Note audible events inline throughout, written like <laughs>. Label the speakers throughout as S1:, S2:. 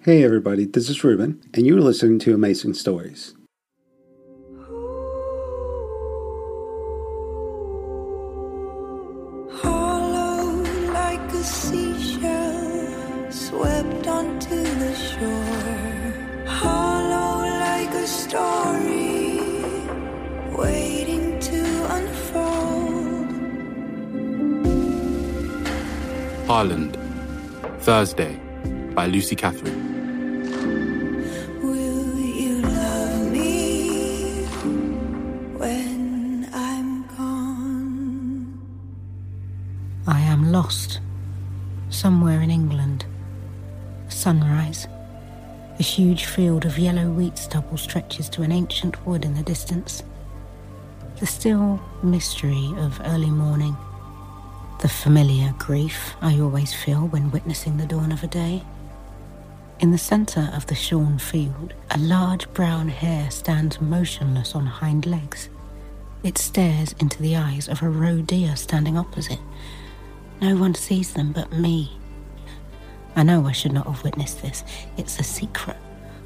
S1: Hey, everybody, this is Ruben, and you're listening to Amazing Stories.
S2: Hollow like a seashell swept onto the shore. Hollow like a story waiting to unfold.
S3: Ireland, Thursday, by Lucy Catherine.
S2: Will you love me when I'm gone?
S4: I am lost. Somewhere in England. Sunrise. A huge field of yellow wheat stubble stretches to an ancient wood in the distance. The still mystery of early morning. The familiar grief I always feel when witnessing the dawn of a day. In the centre of the shorn field, a large brown hare stands motionless on hind legs. It stares into the eyes of a roe deer standing opposite. No one sees them but me. I know I should not have witnessed this. It's a secret,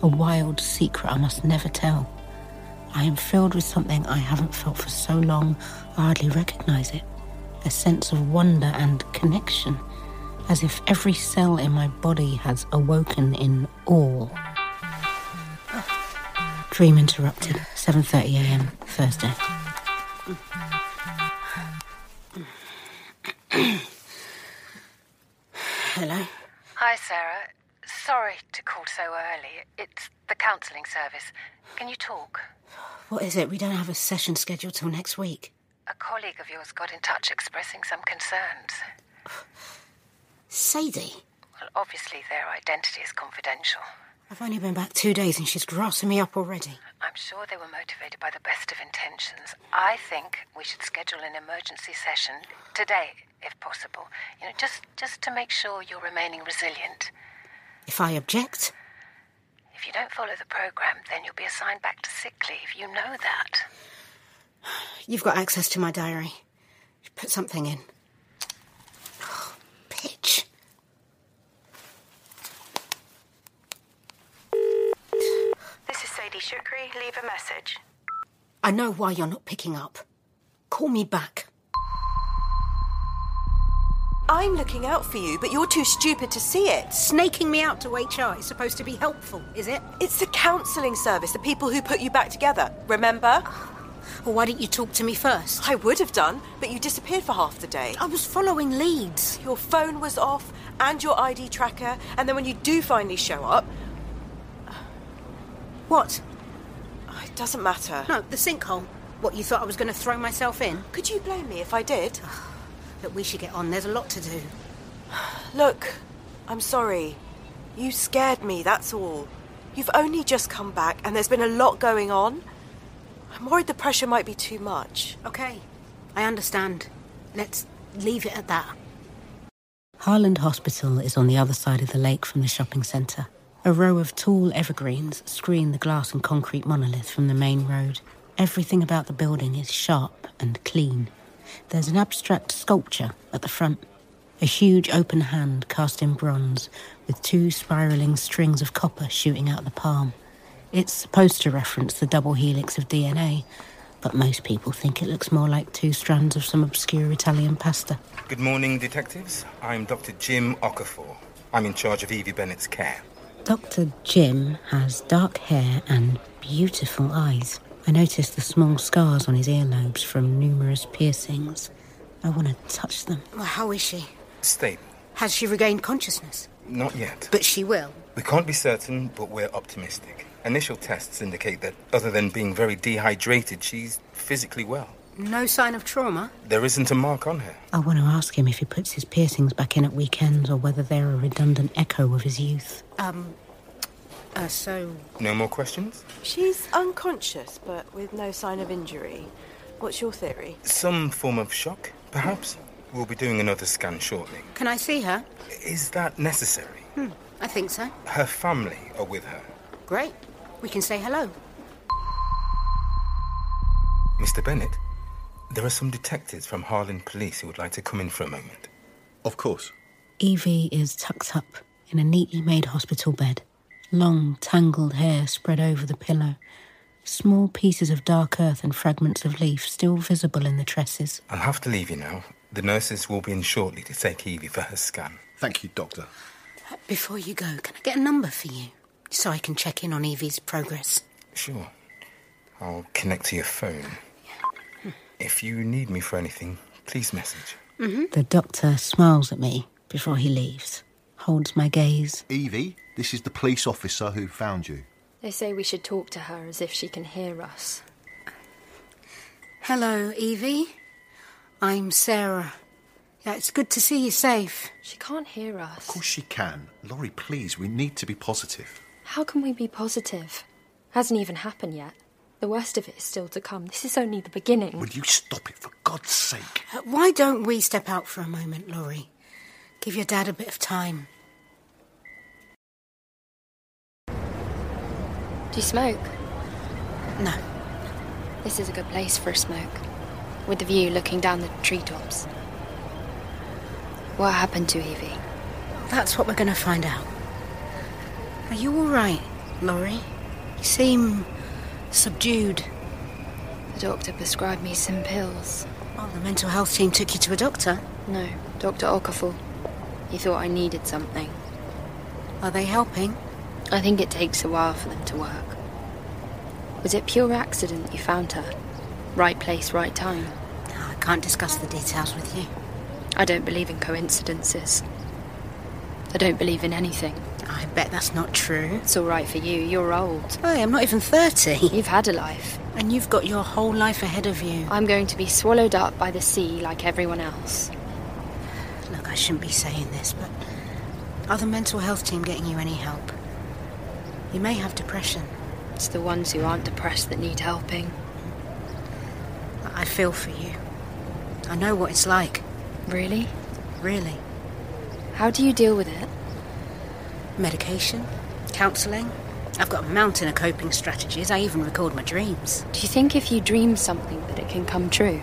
S4: a wild secret I must never tell. I am filled with something I haven't felt for so long, I hardly recognize it. A sense of wonder and connection, as if every cell in my body has awoken in awe. Dream interrupted, 7:30 a.m. Thursday. Hello.
S5: Hi, Sarah. Sorry to call so early. It's the counselling service. Can you talk?
S4: What is it? We don't have a session scheduled till next week.
S5: A colleague of yours got in touch expressing some concerns.
S4: Sadie.
S5: Well, obviously, their identity is confidential.
S4: I've only been back two days and she's grassing me up already.
S5: I'm sure they were motivated by the best of intentions. I think we should schedule an emergency session today, if possible. You know, just just to make sure you're remaining resilient.
S4: If I object,
S5: If you don't follow the program, then you'll be assigned back to sick leave. You know that.
S4: you've got access to my diary. Put something in. <sighs> Bitch.
S6: This is Sadie Shukri. Leave a message.
S4: I know why you're not picking up. Call me back.
S6: I'm looking out for you, but you're too stupid to see it.
S4: Snaking me out to HR is supposed to be helpful, is it?
S6: It's the counselling service, the people who put you back together. Remember?
S4: Well, why didn't you talk to me first?
S6: I would have done, but you disappeared for half the day.
S4: I was following leads.
S6: Your phone was off, and your ID tracker, and then when you do finally show up,
S4: What?
S6: oh, it doesn't matter.
S4: No, the sinkhole. What, you thought I was going to throw myself in?
S6: Could you blame me if I did?
S4: That we should get on. There's a lot to do.
S6: Look, I'm sorry. You scared me, that's all. You've only just come back, and there's been a lot going on. I'm worried the pressure might be too much.
S4: Okay, I understand. Let's leave it at that. Harland Hospital is on the other side of the lake from the shopping centre. A row of tall evergreens screen the glass and concrete monolith from the main road. Everything about the building is sharp and clean. There's an abstract sculpture at the front. A huge open hand cast in bronze, with two spiralling strings of copper shooting out the palm. It's supposed to reference the double helix of DNA, but most people think it looks more like two strands of some obscure Italian pasta.
S7: Good morning, detectives. I'm Dr. Jim Okafor. I'm in charge of Evie Bennett's care.
S4: Dr. Jim has dark hair and beautiful eyes. I noticed the small scars on his earlobes from numerous piercings. I want to touch them. Well, how is she?
S7: Stable.
S4: Has she regained consciousness?
S7: Not yet.
S4: But she will.
S7: We can't be certain, but we're optimistic. Initial tests indicate that, other than being very dehydrated, she's physically well.
S4: No sign of trauma.
S7: There isn't a mark on her.
S4: I want to ask him if he puts his piercings back in at weekends or whether they're a redundant echo of his youth. Um, uh, so
S7: No more questions?
S6: She's unconscious, but with no sign of injury. What's your theory?
S7: Some form of shock, perhaps? We'll be doing another scan shortly.
S4: can I see her? Hmm,
S7: Is that necessary?
S4: I think so.
S7: Her family are with her.
S4: Great. We can say hello.
S7: Mr. Bennett, there are some detectives from Harlan Police who would like to come in for a moment.
S8: Of course.
S4: E Evie is tucked up in a neatly made hospital bed. long, tangled hair spread over the pillow, small pieces of dark earth and fragments of leaf still visible in the tresses.
S7: I'll have to leave you now. The nurses will be in shortly to take Evie for her scan.
S8: Thank you, Doctor.
S4: Before you go, can I get a number for you? So I can check in on Evie's progress.
S7: Sure. I'll connect to your phone. If you need me for anything, please message.
S4: The doctor smiles at me before he leaves, holds my gaze.
S8: Evie, this is the police officer who found you.
S9: They say we should talk to her as if she can hear us.
S4: Hello, Evie. I'm Sarah. Yeah, it's good to see you safe.
S9: She can't hear us.
S8: Of course she can. Laurie, please, we need to be positive.
S9: How can we be positive? Hasn't even happened yet. The worst of it is still to come. This is only the beginning.
S8: Will you stop it, for God's sake?
S4: Uh, Why don't we step out for a moment, Laurie? Give your dad a bit of time.
S9: Do you smoke?
S4: No,
S9: This is a good place for a smoke, with the view looking down the treetops. What happened to Evie?
S4: that's what we're going to find out. Are you all right, Laurie? You seem subdued.
S9: The doctor prescribed me some pills.
S4: Oh, the mental health team took you to a doctor.
S9: No, Dr. Okafor. He thought I needed something.
S4: Are they helping?
S9: I think it takes a while for them to work. Was it pure accident you found her? Right place, right time.
S4: No, I can't discuss the details with you.
S9: I don't believe in coincidences. I don't believe in anything.
S4: I bet that's not true.
S9: It's all right for you. You're old.
S4: Hey, I'm not even 30.
S9: You've had a life.
S4: <laughs> And you've got your whole life ahead of you.
S9: I'm going to be swallowed up by the sea like everyone else.
S4: Look, I shouldn't be saying this, but are the mental health team getting you any help? You may have depression.
S9: It's the ones who aren't depressed that need helping.
S4: I I feel for you. I know what it's like,
S9: Really?
S4: really.
S9: How do you deal with it?
S4: Medication, counselling. I've got a mountain of coping strategies. I even record my dreams.
S9: Do you think if you dream something that it can come true?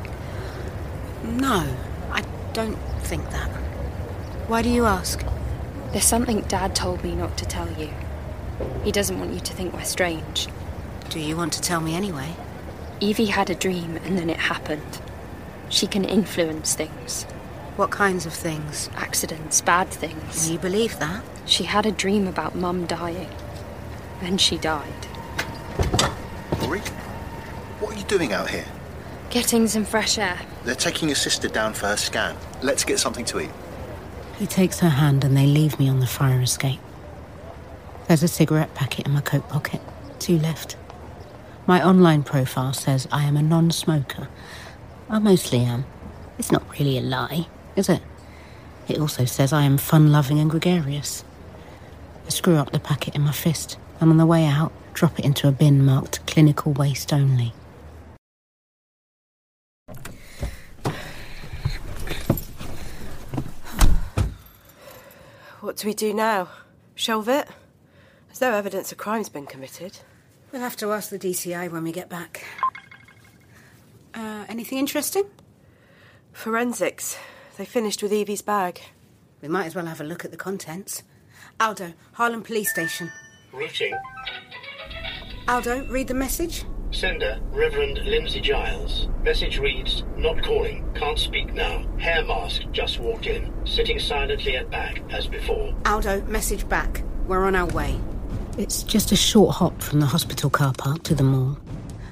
S4: No, I don't think that. Why do you ask?
S9: There's something Dad told me not to tell you. He doesn't want you to think we're strange.
S4: Do you want to tell me anyway?
S9: Evie had a dream and then it happened. She can influence things
S4: What kinds of things?
S9: accidents, bad
S4: Do
S9: things.
S4: you believe that?
S9: She had a dream about Mum dying. Then she died.
S8: Laurie, what are you doing out here?
S9: Getting some fresh air.
S8: They're taking your sister down for her scan. Let's get something to eat.
S4: He takes her hand and they leave me on the fire escape. There's a cigarette packet in my coat pocket, two left. My online profile says I am a non smoker. I mostly am. It's not really a lie, is it? It also says I am fun loving and gregarious. I screw up the packet in my fist and on the way out, drop it into a bin marked clinical waste only.
S6: What do we do now? Shelve it? There's no evidence a crime's been committed.
S4: We'll have to ask the DCI when we get back. Uh, anything interesting?
S6: Forensics. They finished with Evie's bag.
S4: We might as well have a look at the contents. Aldo, Harlem Police Station.
S10: Routing.
S4: Aldo, read the message.
S10: Sender, Reverend Lindsay Giles. Message reads, not calling, can't speak now. Hair mask, just walked in. Sitting silently at back, as before.
S4: Aldo, message back. We're on our way. It's just a short hop from the hospital car park to the mall.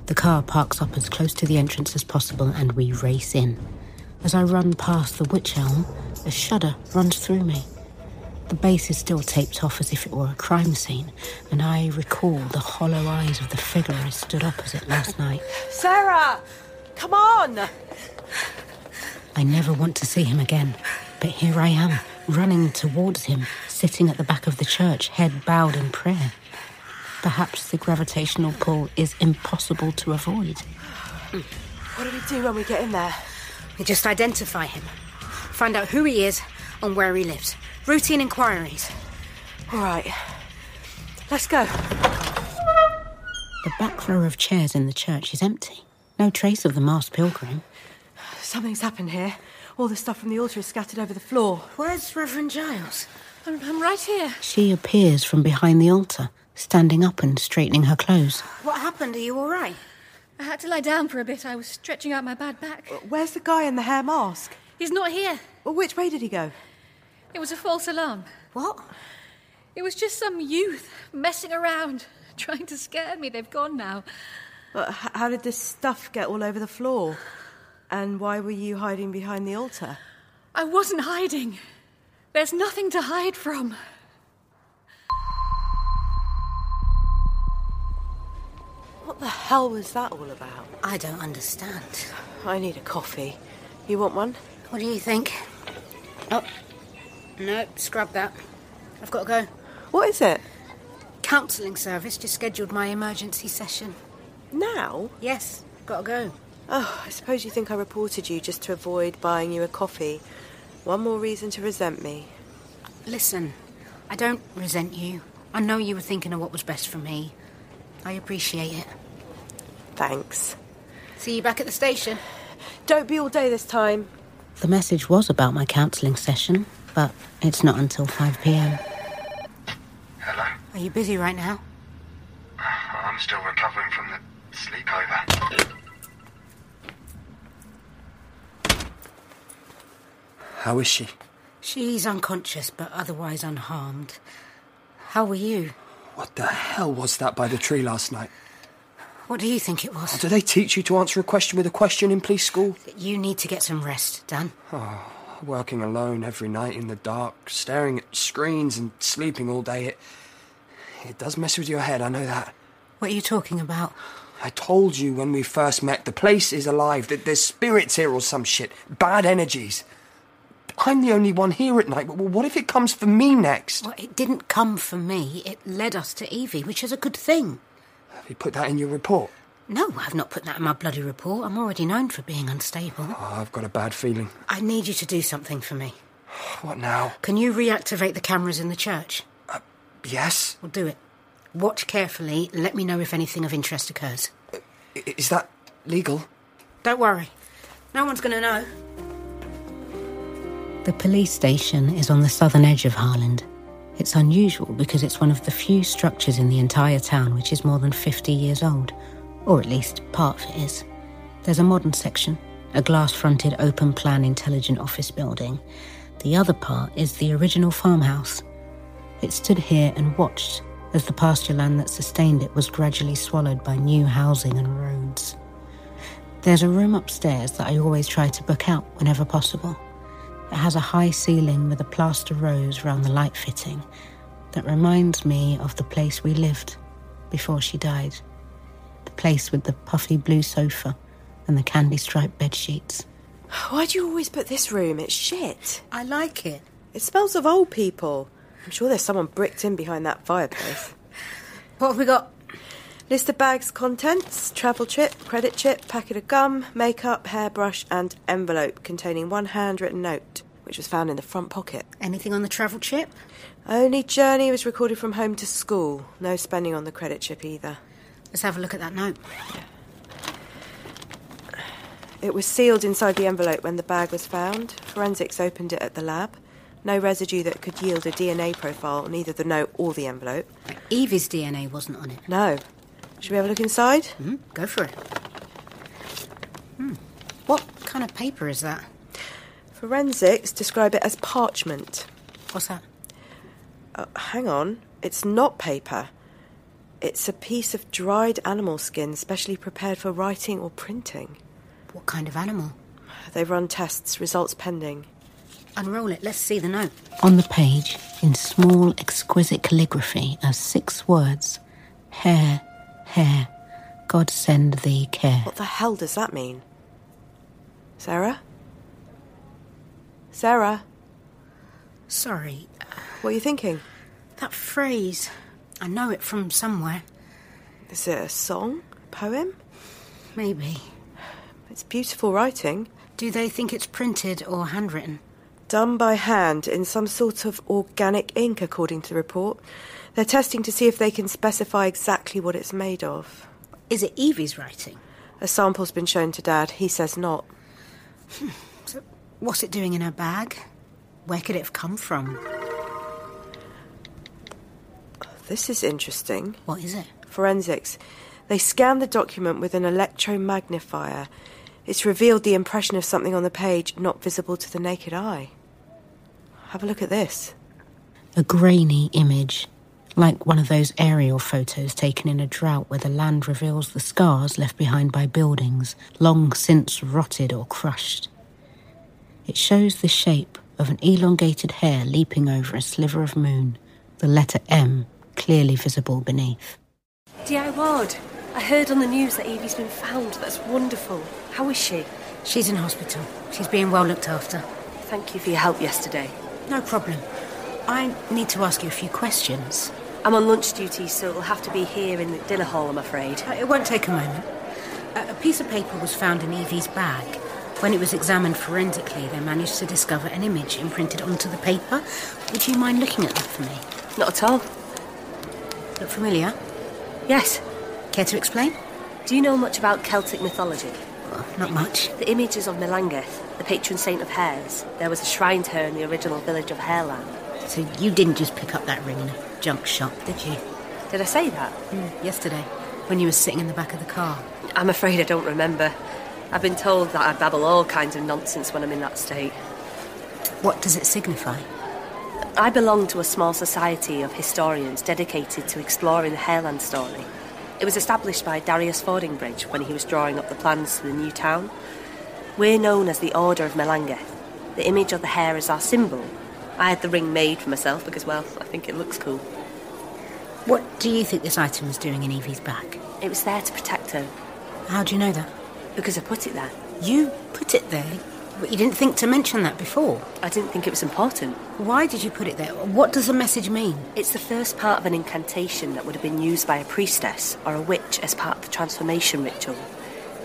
S4: The car parks up as close to the entrance as possible and we race in. As I run past the witch elm, a shudder runs through me. The base is still taped off as if it were a crime scene, and I recall the hollow eyes of the figure I stood opposite last night.
S6: Sarah! Come on!
S4: I never want to see him again. But here I am, running towards him, sitting at the back of the church, head bowed in prayer. Perhaps the gravitational pull is impossible to avoid.
S6: What do we do when we get in there?
S4: We just identify him, find out who he is and where he lives. Routine inquiries.
S6: All right. Let's go.
S4: The back row of chairs in the church is empty. No trace of the masked pilgrim.
S6: Something's happened here. All the stuff from the altar is scattered over the floor.
S4: Where's Reverend Giles?
S11: I'm, I'm right here.
S4: She appears from behind the altar, standing up and straightening her clothes.
S11: What happened? Are you all right? I had to lie down for a bit. I was stretching out my bad back.
S6: Where's the guy in the hair mask?
S11: He's not here.
S6: Well, which way did he go?
S11: It was a false alarm.
S6: What?
S11: It was just some youth messing around, trying to scare me. They've gone now.
S6: But Uh, h- how did this stuff get all over the floor? And why were you hiding behind the altar?
S11: I wasn't hiding. There's nothing to hide from.
S6: What the hell was that all about?
S4: I don't understand.
S6: I need a coffee. You want one?
S4: What do you think? Oh, no, scrub that. I've got to go.
S6: What is it?
S4: Counselling service just scheduled my emergency session.
S6: Now?
S4: Yes, gotta go.
S6: Oh, I suppose you think I reported you just to avoid buying you a coffee. One more reason to resent me.
S4: Listen, I don't resent you. I know you were thinking of what was best for me. I appreciate it.
S6: Thanks.
S4: See you back at the station.
S6: Don't be all day this time.
S4: The message was about my counselling session, but it's not until 5 pm.
S12: Hello.
S4: Are you busy right now?
S12: I'm still recovering from the sleepover.
S8: How is she?
S4: She's unconscious but otherwise unharmed. How were you?
S8: What the hell was that by the tree last night?
S4: What do you think it
S8: Oh,
S4: was?
S8: do they teach you to answer a question with a question in police school?
S4: You need to get some rest, Dan.
S8: Oh, working alone every night in the dark, staring at screens and sleeping all day, it, it does mess with your head, I know that.
S4: What are you talking about?
S8: I told you when we first met, the place is alive, that there's spirits here or some shit, bad energies. I'm the only one here at night, but what if it comes for me next?
S4: Well, it didn't come for me. It led us to Evie, which is a good thing.
S8: Have you put that in your report?
S4: No, I've not put that in my bloody report. I'm already known for being unstable.
S8: Oh, I've got a bad feeling.
S4: I need you to do something for me.
S8: What now?
S4: Can you reactivate the cameras in the church?
S8: Yes?
S4: Well, do it. Watch carefully. Let me know if anything of interest occurs.
S8: I- Is that legal?
S4: Don't worry. No one's going to know. The police station is on the southern edge of Harland. It's unusual because it's one of the few structures in the entire town which is more than 50 years old, or at least part of it is. There's a modern section, a glass fronted open plan intelligent office building. The other part is the original farmhouse. It stood here and watched as the pasture land that sustained it was gradually swallowed by new housing and roads. There's a room upstairs that I always try to book out whenever possible. It has a high ceiling with a plaster rose round the light fitting that reminds me of the place we lived before she died. The place with the puffy blue sofa and the candy striped bed sheets.
S6: Why do you always put this room? It's shit.
S4: I like it.
S6: It smells of old people. I'm sure there's someone bricked in behind that fireplace.
S4: what have we got?
S6: <laughs> List of bags, contents, travel chip, credit chip, packet of gum, makeup, hairbrush, and envelope containing one handwritten note, which was found in the front pocket.
S4: Anything on the travel chip?
S6: Only journey was recorded from home to school. No spending on the credit chip either.
S4: Let's have a look at that note.
S6: It was sealed inside the envelope when the bag was found. Forensics opened it at the lab. No residue that could yield a DNA profile on either the note or the envelope.
S4: Evie's DNA wasn't on it.
S6: No. Should we have a look inside?
S4: Mm, go for it. Hmm. What kind of paper is that?
S6: Forensics describe it as parchment.
S4: What's that?
S6: Uh, hang on. It's not paper. It's a piece of dried animal skin specially prepared for writing or printing.
S4: What kind of animal?
S6: They've run tests, results pending.
S4: Unroll it. Let's see the note. On the page, in small, exquisite calligraphy, are six words Hair, hair, God send thee care.
S6: What the hell does that mean? Sarah? Sarah?
S4: Sorry,
S6: What are you thinking?
S4: that phrase. I know it from somewhere.
S6: Is it a song? Poem?
S4: Maybe.
S6: It's beautiful writing.
S4: Do they think it's printed or handwritten?
S6: Done by hand in some sort of organic ink, according to the report. They're testing to see if they can specify exactly what it's made of.
S4: Is it Evie's writing?
S6: A sample's been shown to Dad. He says not.
S4: What's it doing in her bag? Where could it have come from?
S6: This is interesting.
S4: What is it?
S6: Forensics. They scanned the document with an electromagnifier. It's revealed the impression of something on the page not visible to the naked eye. Have a look at this.
S4: A grainy image, like one of those aerial photos taken in a drought where the land reveals the scars left behind by buildings long since rotted or crushed. It shows the shape of an elongated hair leaping over a sliver of moon, the letter M clearly visible beneath.
S9: D.I. Ward, I heard on the news that Evie's been found. That's wonderful. How is she?
S4: She's in hospital. She's being well looked after.
S9: Thank you for your help yesterday.
S4: No problem. I need to ask you a few questions.
S9: I'm on lunch duty, so it'll have to be here in the dinner hall, I'm afraid.
S4: Uh, It won't take a moment. Uh, A, a piece of paper was found in Evie's bag. When it was examined forensically, they managed to discover an image imprinted onto the paper. Would you mind looking at that for me?
S9: Not at all.
S4: Look familiar?
S9: Yes.
S4: Care to explain?
S9: Do you know much about Celtic mythology?
S4: Not much.
S9: The image is of Melangeth, the patron saint of hares. There was a shrine to her in the original village of Hareland.
S4: So you didn't just pick up that ring in a junk shop, did you?
S9: Did I say that?
S4: Hmm, yesterday, when you were sitting in the back of the car.
S9: I'm afraid I don't remember. I've been told that I babble all kinds of nonsense when I'm in that state.
S4: What does it signify?
S9: I belong to a small society of historians dedicated to exploring the Hareland story. It was established by Darius Fordingbridge when he was drawing up the plans for the new town. We're known as the Order of Melangeth. The image of the hare is our symbol. I had the ring made for myself because, well, I think it looks cool.
S4: What do you think this item was doing in Evie's bag?
S9: It was there to protect her.
S4: How do you know that?
S9: Because I put it there.
S4: You put it there? But you didn't think to mention that before.
S9: I didn't think it was important.
S4: Why did you put it there? What does the message mean?
S9: It's the first part of an incantation that would have been used by a priestess or a witch as part of the transformation ritual.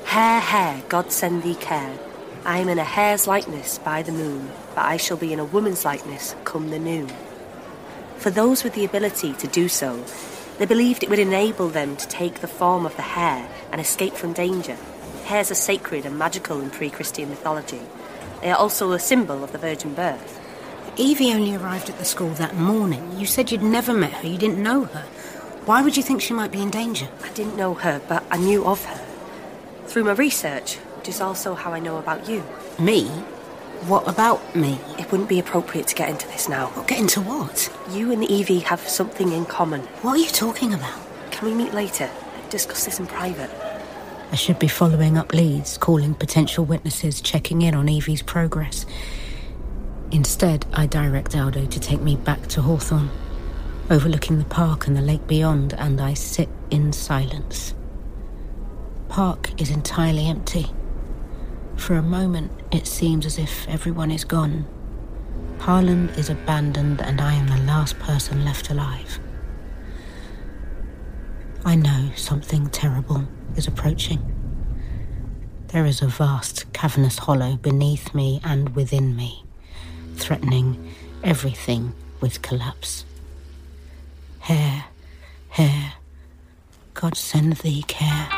S9: Hair, hair, God send thee care. I am in a hair's likeness by the moon, but I shall be in a woman's likeness come the noon. For those with the ability to do so, they believed it would enable them to take the form of the hare and escape from danger. Hares are sacred and magical in pre Christian mythology. They are also a symbol of the virgin birth.
S4: Evie only arrived at the school that morning. You said you'd never met her, you didn't know her. Why would you think she might be in danger?
S9: I didn't know her, but I knew of her. Through my research, which is also how I know about you.
S4: Me? What about me?
S9: It wouldn't be appropriate to get into this now.
S4: Get into what?
S9: You and Evie have something in common.
S4: What are you talking about?
S9: Can we meet later? Discuss this in private.
S4: I should be following up leads, calling potential witnesses, checking in on Evie's progress. Instead, I direct Aldo to take me back to Hawthorne, overlooking the park and the lake beyond, and I sit in silence. Park is entirely empty. For a moment, it seems as if everyone is gone. Harlan is abandoned, and I am the last person left alive. I know something terrible is approaching. There is a vast, cavernous hollow beneath me and within me, threatening everything with collapse. Hair, hair, God send thee care.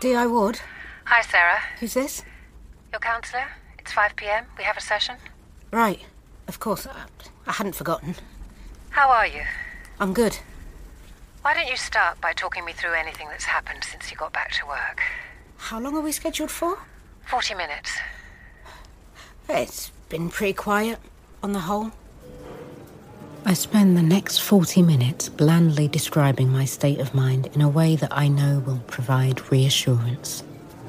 S4: D.I. Ward,
S5: Hi, Sarah.
S4: who's this?
S5: Your counsellor? It's 5 pm. We have a session.
S4: Right, of course, I, I hadn't forgotten.
S5: How are you?
S4: I'm good.
S5: Why don't you start by talking me through anything that's happened since you got back to work?
S4: How long are we scheduled for?
S5: 40 minutes.
S4: It's been pretty quiet on the whole. I spend the next 40 minutes blandly describing my state of mind in a way that I know will provide reassurance.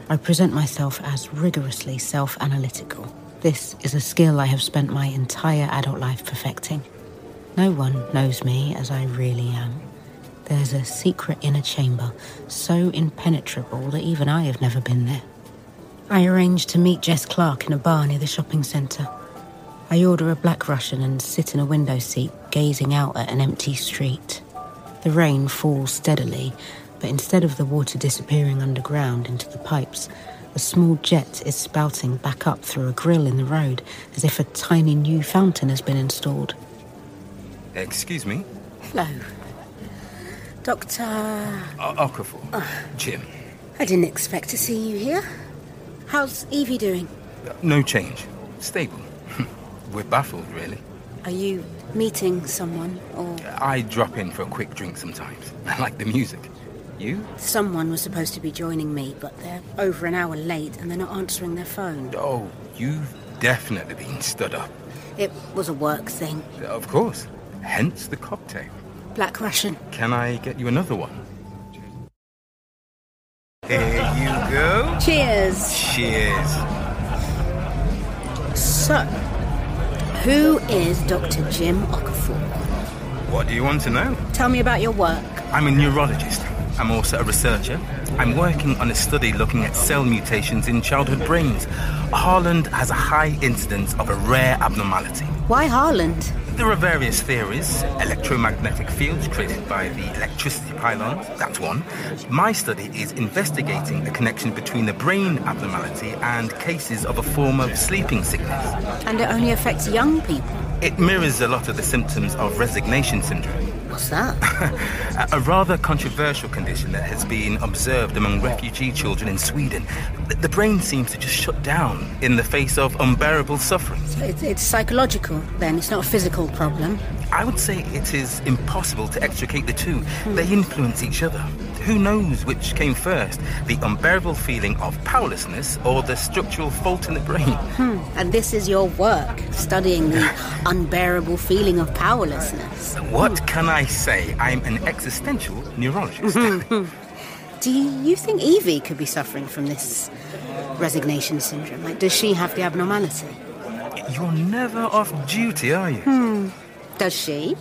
S4: I present myself as rigorously self analytical. This is a skill I have spent my entire adult life perfecting. No one knows me as I really am. There's a secret inner chamber, so impenetrable that even I have never been there. I arrange to meet Jess Clark in a bar near the shopping centre. I order a black Russian and sit in a window seat, gazing out at an empty street. The rain falls steadily, but instead of the water disappearing underground into the pipes, a small jet is spouting back up through a grill in the road as if a tiny new fountain has been installed.
S11: Excuse me?
S4: Hello. Doctor.
S11: O- Okafor.
S7: Uh,
S11: Jim.
S4: I didn't expect to see you here. How's Evie doing?
S7: <laughs>
S11: No change. Stable. We're baffled, really.
S4: Are you meeting someone or.
S7: I drop in for a quick drink sometimes. <laughs> I like the music. You?
S4: Someone was supposed to be joining me, but they're over an hour late and they're not answering their phone.
S7: Oh, you've definitely been stood up.
S4: It was a work thing.
S7: Of course. Hence the cocktail.
S4: Black Russian.
S7: Can I get you another one? Here you go.
S4: Cheers.
S7: Cheers.
S4: So, who is Dr. Jim Okafor?
S7: What do you want to know?
S4: Tell me about your work.
S7: I'm a neurologist. I'm also a researcher. I'm working on a study looking at cell mutations in childhood brains. Harland has a high incidence of a rare abnormality.
S4: Why Harland?
S7: There are various theories electromagnetic fields created by the electricity pylons, that's one. My study is investigating the connection between the brain abnormality and cases of a form of sleeping sickness.
S4: And it only affects young people.
S7: It mirrors a lot of the symptoms of resignation syndrome.
S4: What's that?
S7: A- A rather controversial condition that has been observed among refugee children in Sweden. Th- The brain seems to just shut down in the face of unbearable suffering.
S4: It's, it's psychological, then. It's not a physical problem.
S7: I would say it is impossible to extricate the two. They influence each other. Who knows which came first, the unbearable feeling of powerlessness or the structural fault in the brain?
S4: Hmm. And this is your work, studying the
S7: <laughs>
S4: unbearable feeling of powerlessness.
S7: What can I say? I'm an existential neurologist.
S4: Do you think Evie could be suffering from this resignation syndrome? Like, does she have the abnormality?
S7: You're never off duty, are you?
S4: Hmm. Does she?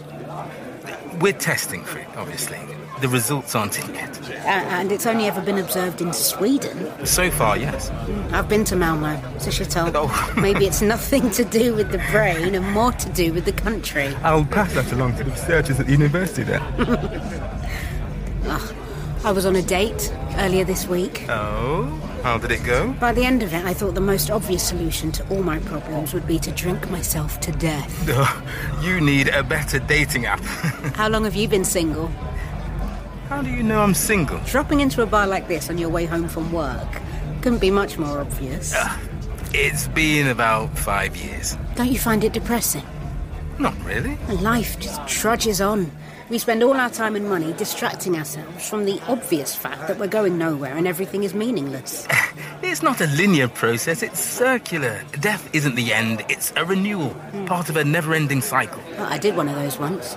S7: We're testing for it, obviously. The results aren't in yet.
S4: Uh, and it's only ever been observed in Sweden.
S7: So far, yes.
S4: I've been to Malmo, so
S7: <laughs>
S4: she told.
S7: Oh.
S4: Maybe it's nothing to do with the brain and more to do with the country.
S7: I'll pass that along to the researchers at the university then.
S4: Ugh. I was on a date earlier this week.
S7: Oh, how did it go?
S4: By the end of it, I thought the most obvious solution to all my problems would be to drink myself to death.
S7: you need a better dating app. <laughs>
S4: How long have you been single?
S7: How do you know I'm single?
S4: Dropping into a bar like this on your way home from work couldn't be much more obvious.
S7: It's been about five years.
S4: Don't you find it depressing?
S7: Not really.
S4: Life just trudges on. We spend all our time and money distracting ourselves from the obvious fact that we're going nowhere and everything is meaningless.
S7: It's not a linear process, it's circular. Death isn't the end, it's a renewal, part of a never ending cycle.
S4: But I did one of those once.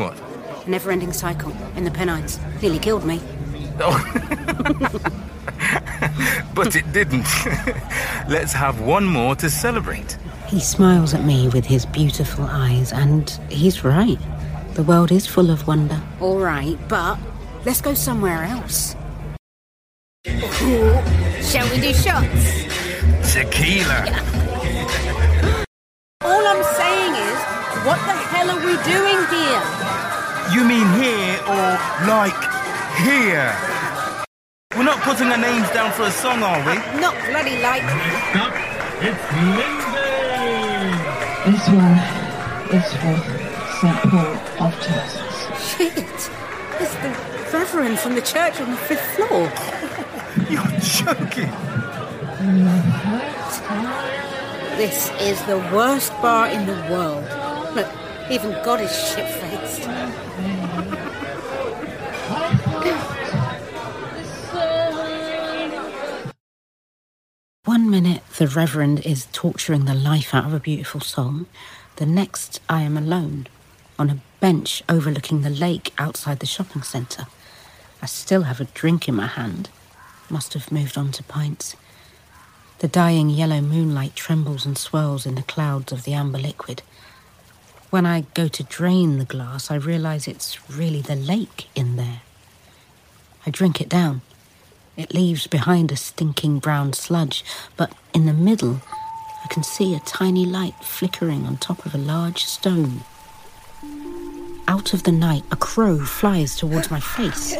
S7: What?
S4: A never ending cycle in the Pennines. Nearly killed me.
S7: Oh. <laughs> But it didn't. <laughs> Let's have one more to celebrate.
S13: He smiles at me with his beautiful eyes, and he's right. The world is full of wonder.
S4: All right, but let's go somewhere else. Shall we do shots?
S7: Tequila.
S4: All I'm saying is, what the hell are we doing here?
S7: You mean here or like here? We're not putting our names down for a song, are we?
S4: <laughs> Not bloody likely.
S7: It's Monday!
S9: This one is for sample of tests.
S4: <laughs> Shit. It's the Reverend from the church on the fifth floor.
S7: You're joking.
S4: This is the worst bar in the world. Look, even God is shit faced.
S13: One minute, the Reverend is torturing the life out of a beautiful soul. The next, I am alone on a bench overlooking the lake outside the shopping centre. I still have a drink in my hand. Must have moved on to pints. The dying yellow moonlight trembles and swirls in the clouds of the amber liquid. When I go to drain the glass, I realise it's really the lake in there. I drink it down. It leaves behind a stinking brown sludge, but in the middle, I can see a tiny light flickering on top of a large stone. Out of the night, a crow flies towards my face.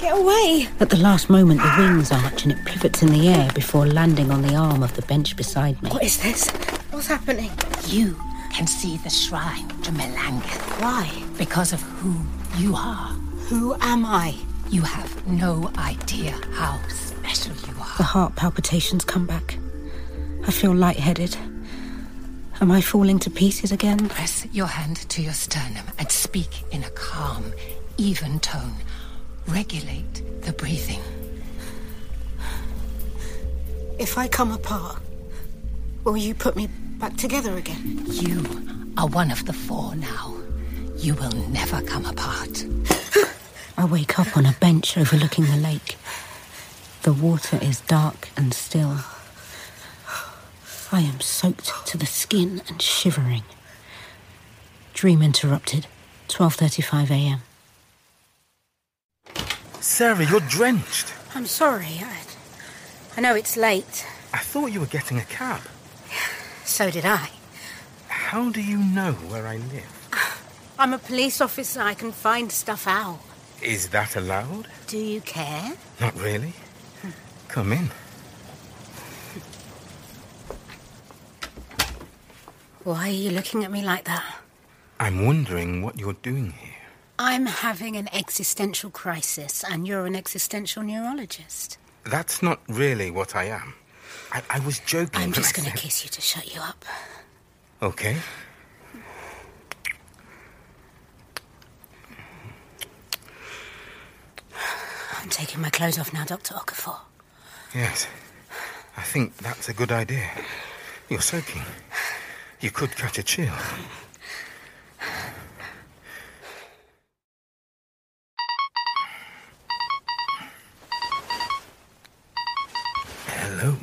S4: Get away!
S13: At the last moment, the wings arch and it pivots in the air before landing on the arm of the bench beside me.
S4: What is this? What's happening?
S5: You can see the shrine to Melangath.
S4: Why?
S5: Because of who you are.
S4: Who am I?
S5: You have no idea how special you are.
S13: The heart palpitations come back. I feel lightheaded.
S14: Am I falling to pieces again?
S5: Press your hand to your sternum and speak in a calm, even tone. Regulate the breathing.
S14: If I come apart, will you put me back together again?
S5: You are one of the four now. You will never come apart.
S14: I wake up on a bench overlooking the lake. The water is dark and still. I am soaked to the skin and shivering. Dream interrupted. 12:35 a.m.
S7: Sarah, you're drenched.
S4: I'm sorry. I, I know it's late.
S7: I thought you were getting a cab.
S4: So did I.
S7: How do you know where I live?
S4: I'm a police officer. I can find stuff out.
S7: Is that allowed?
S4: Do you care?
S7: Not really. Come in.
S4: Why are you looking at me like that?
S7: I'm wondering what you're doing here.
S4: I'm having an existential crisis, and you're an existential neurologist.
S7: That's not really what I am. I, I was joking.
S4: I'm
S7: when
S4: just
S7: I <laughs>
S4: going to
S7: said-
S4: kiss you to shut you up.
S7: Okay.
S4: I'm taking my clothes off now, Dr. Okafor.
S7: Yes. I think that's a good idea. You're soaking. You could catch a chill. Hello?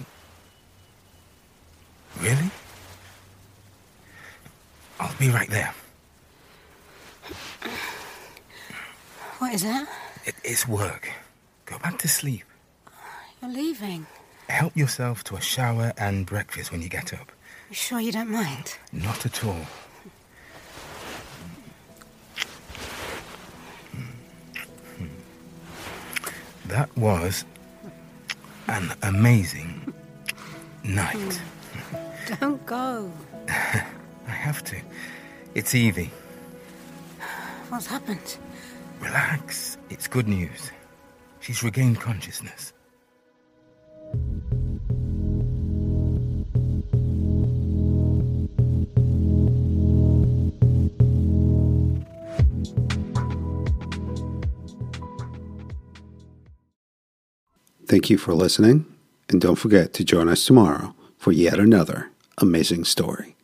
S7: Really? I'll be right there.
S4: What is it?
S7: It is work. Go back to sleep.
S4: You're leaving.
S7: Help yourself to a shower and breakfast when you get up.
S4: You sure you don't mind?
S7: Not at all. That was an amazing night.
S4: Don't go.
S7: I have to. It's Evie.
S4: What's happened?
S7: Relax. It's good news. She's regained consciousness.
S1: Thank you for listening, and don't forget to join us tomorrow for yet another amazing story.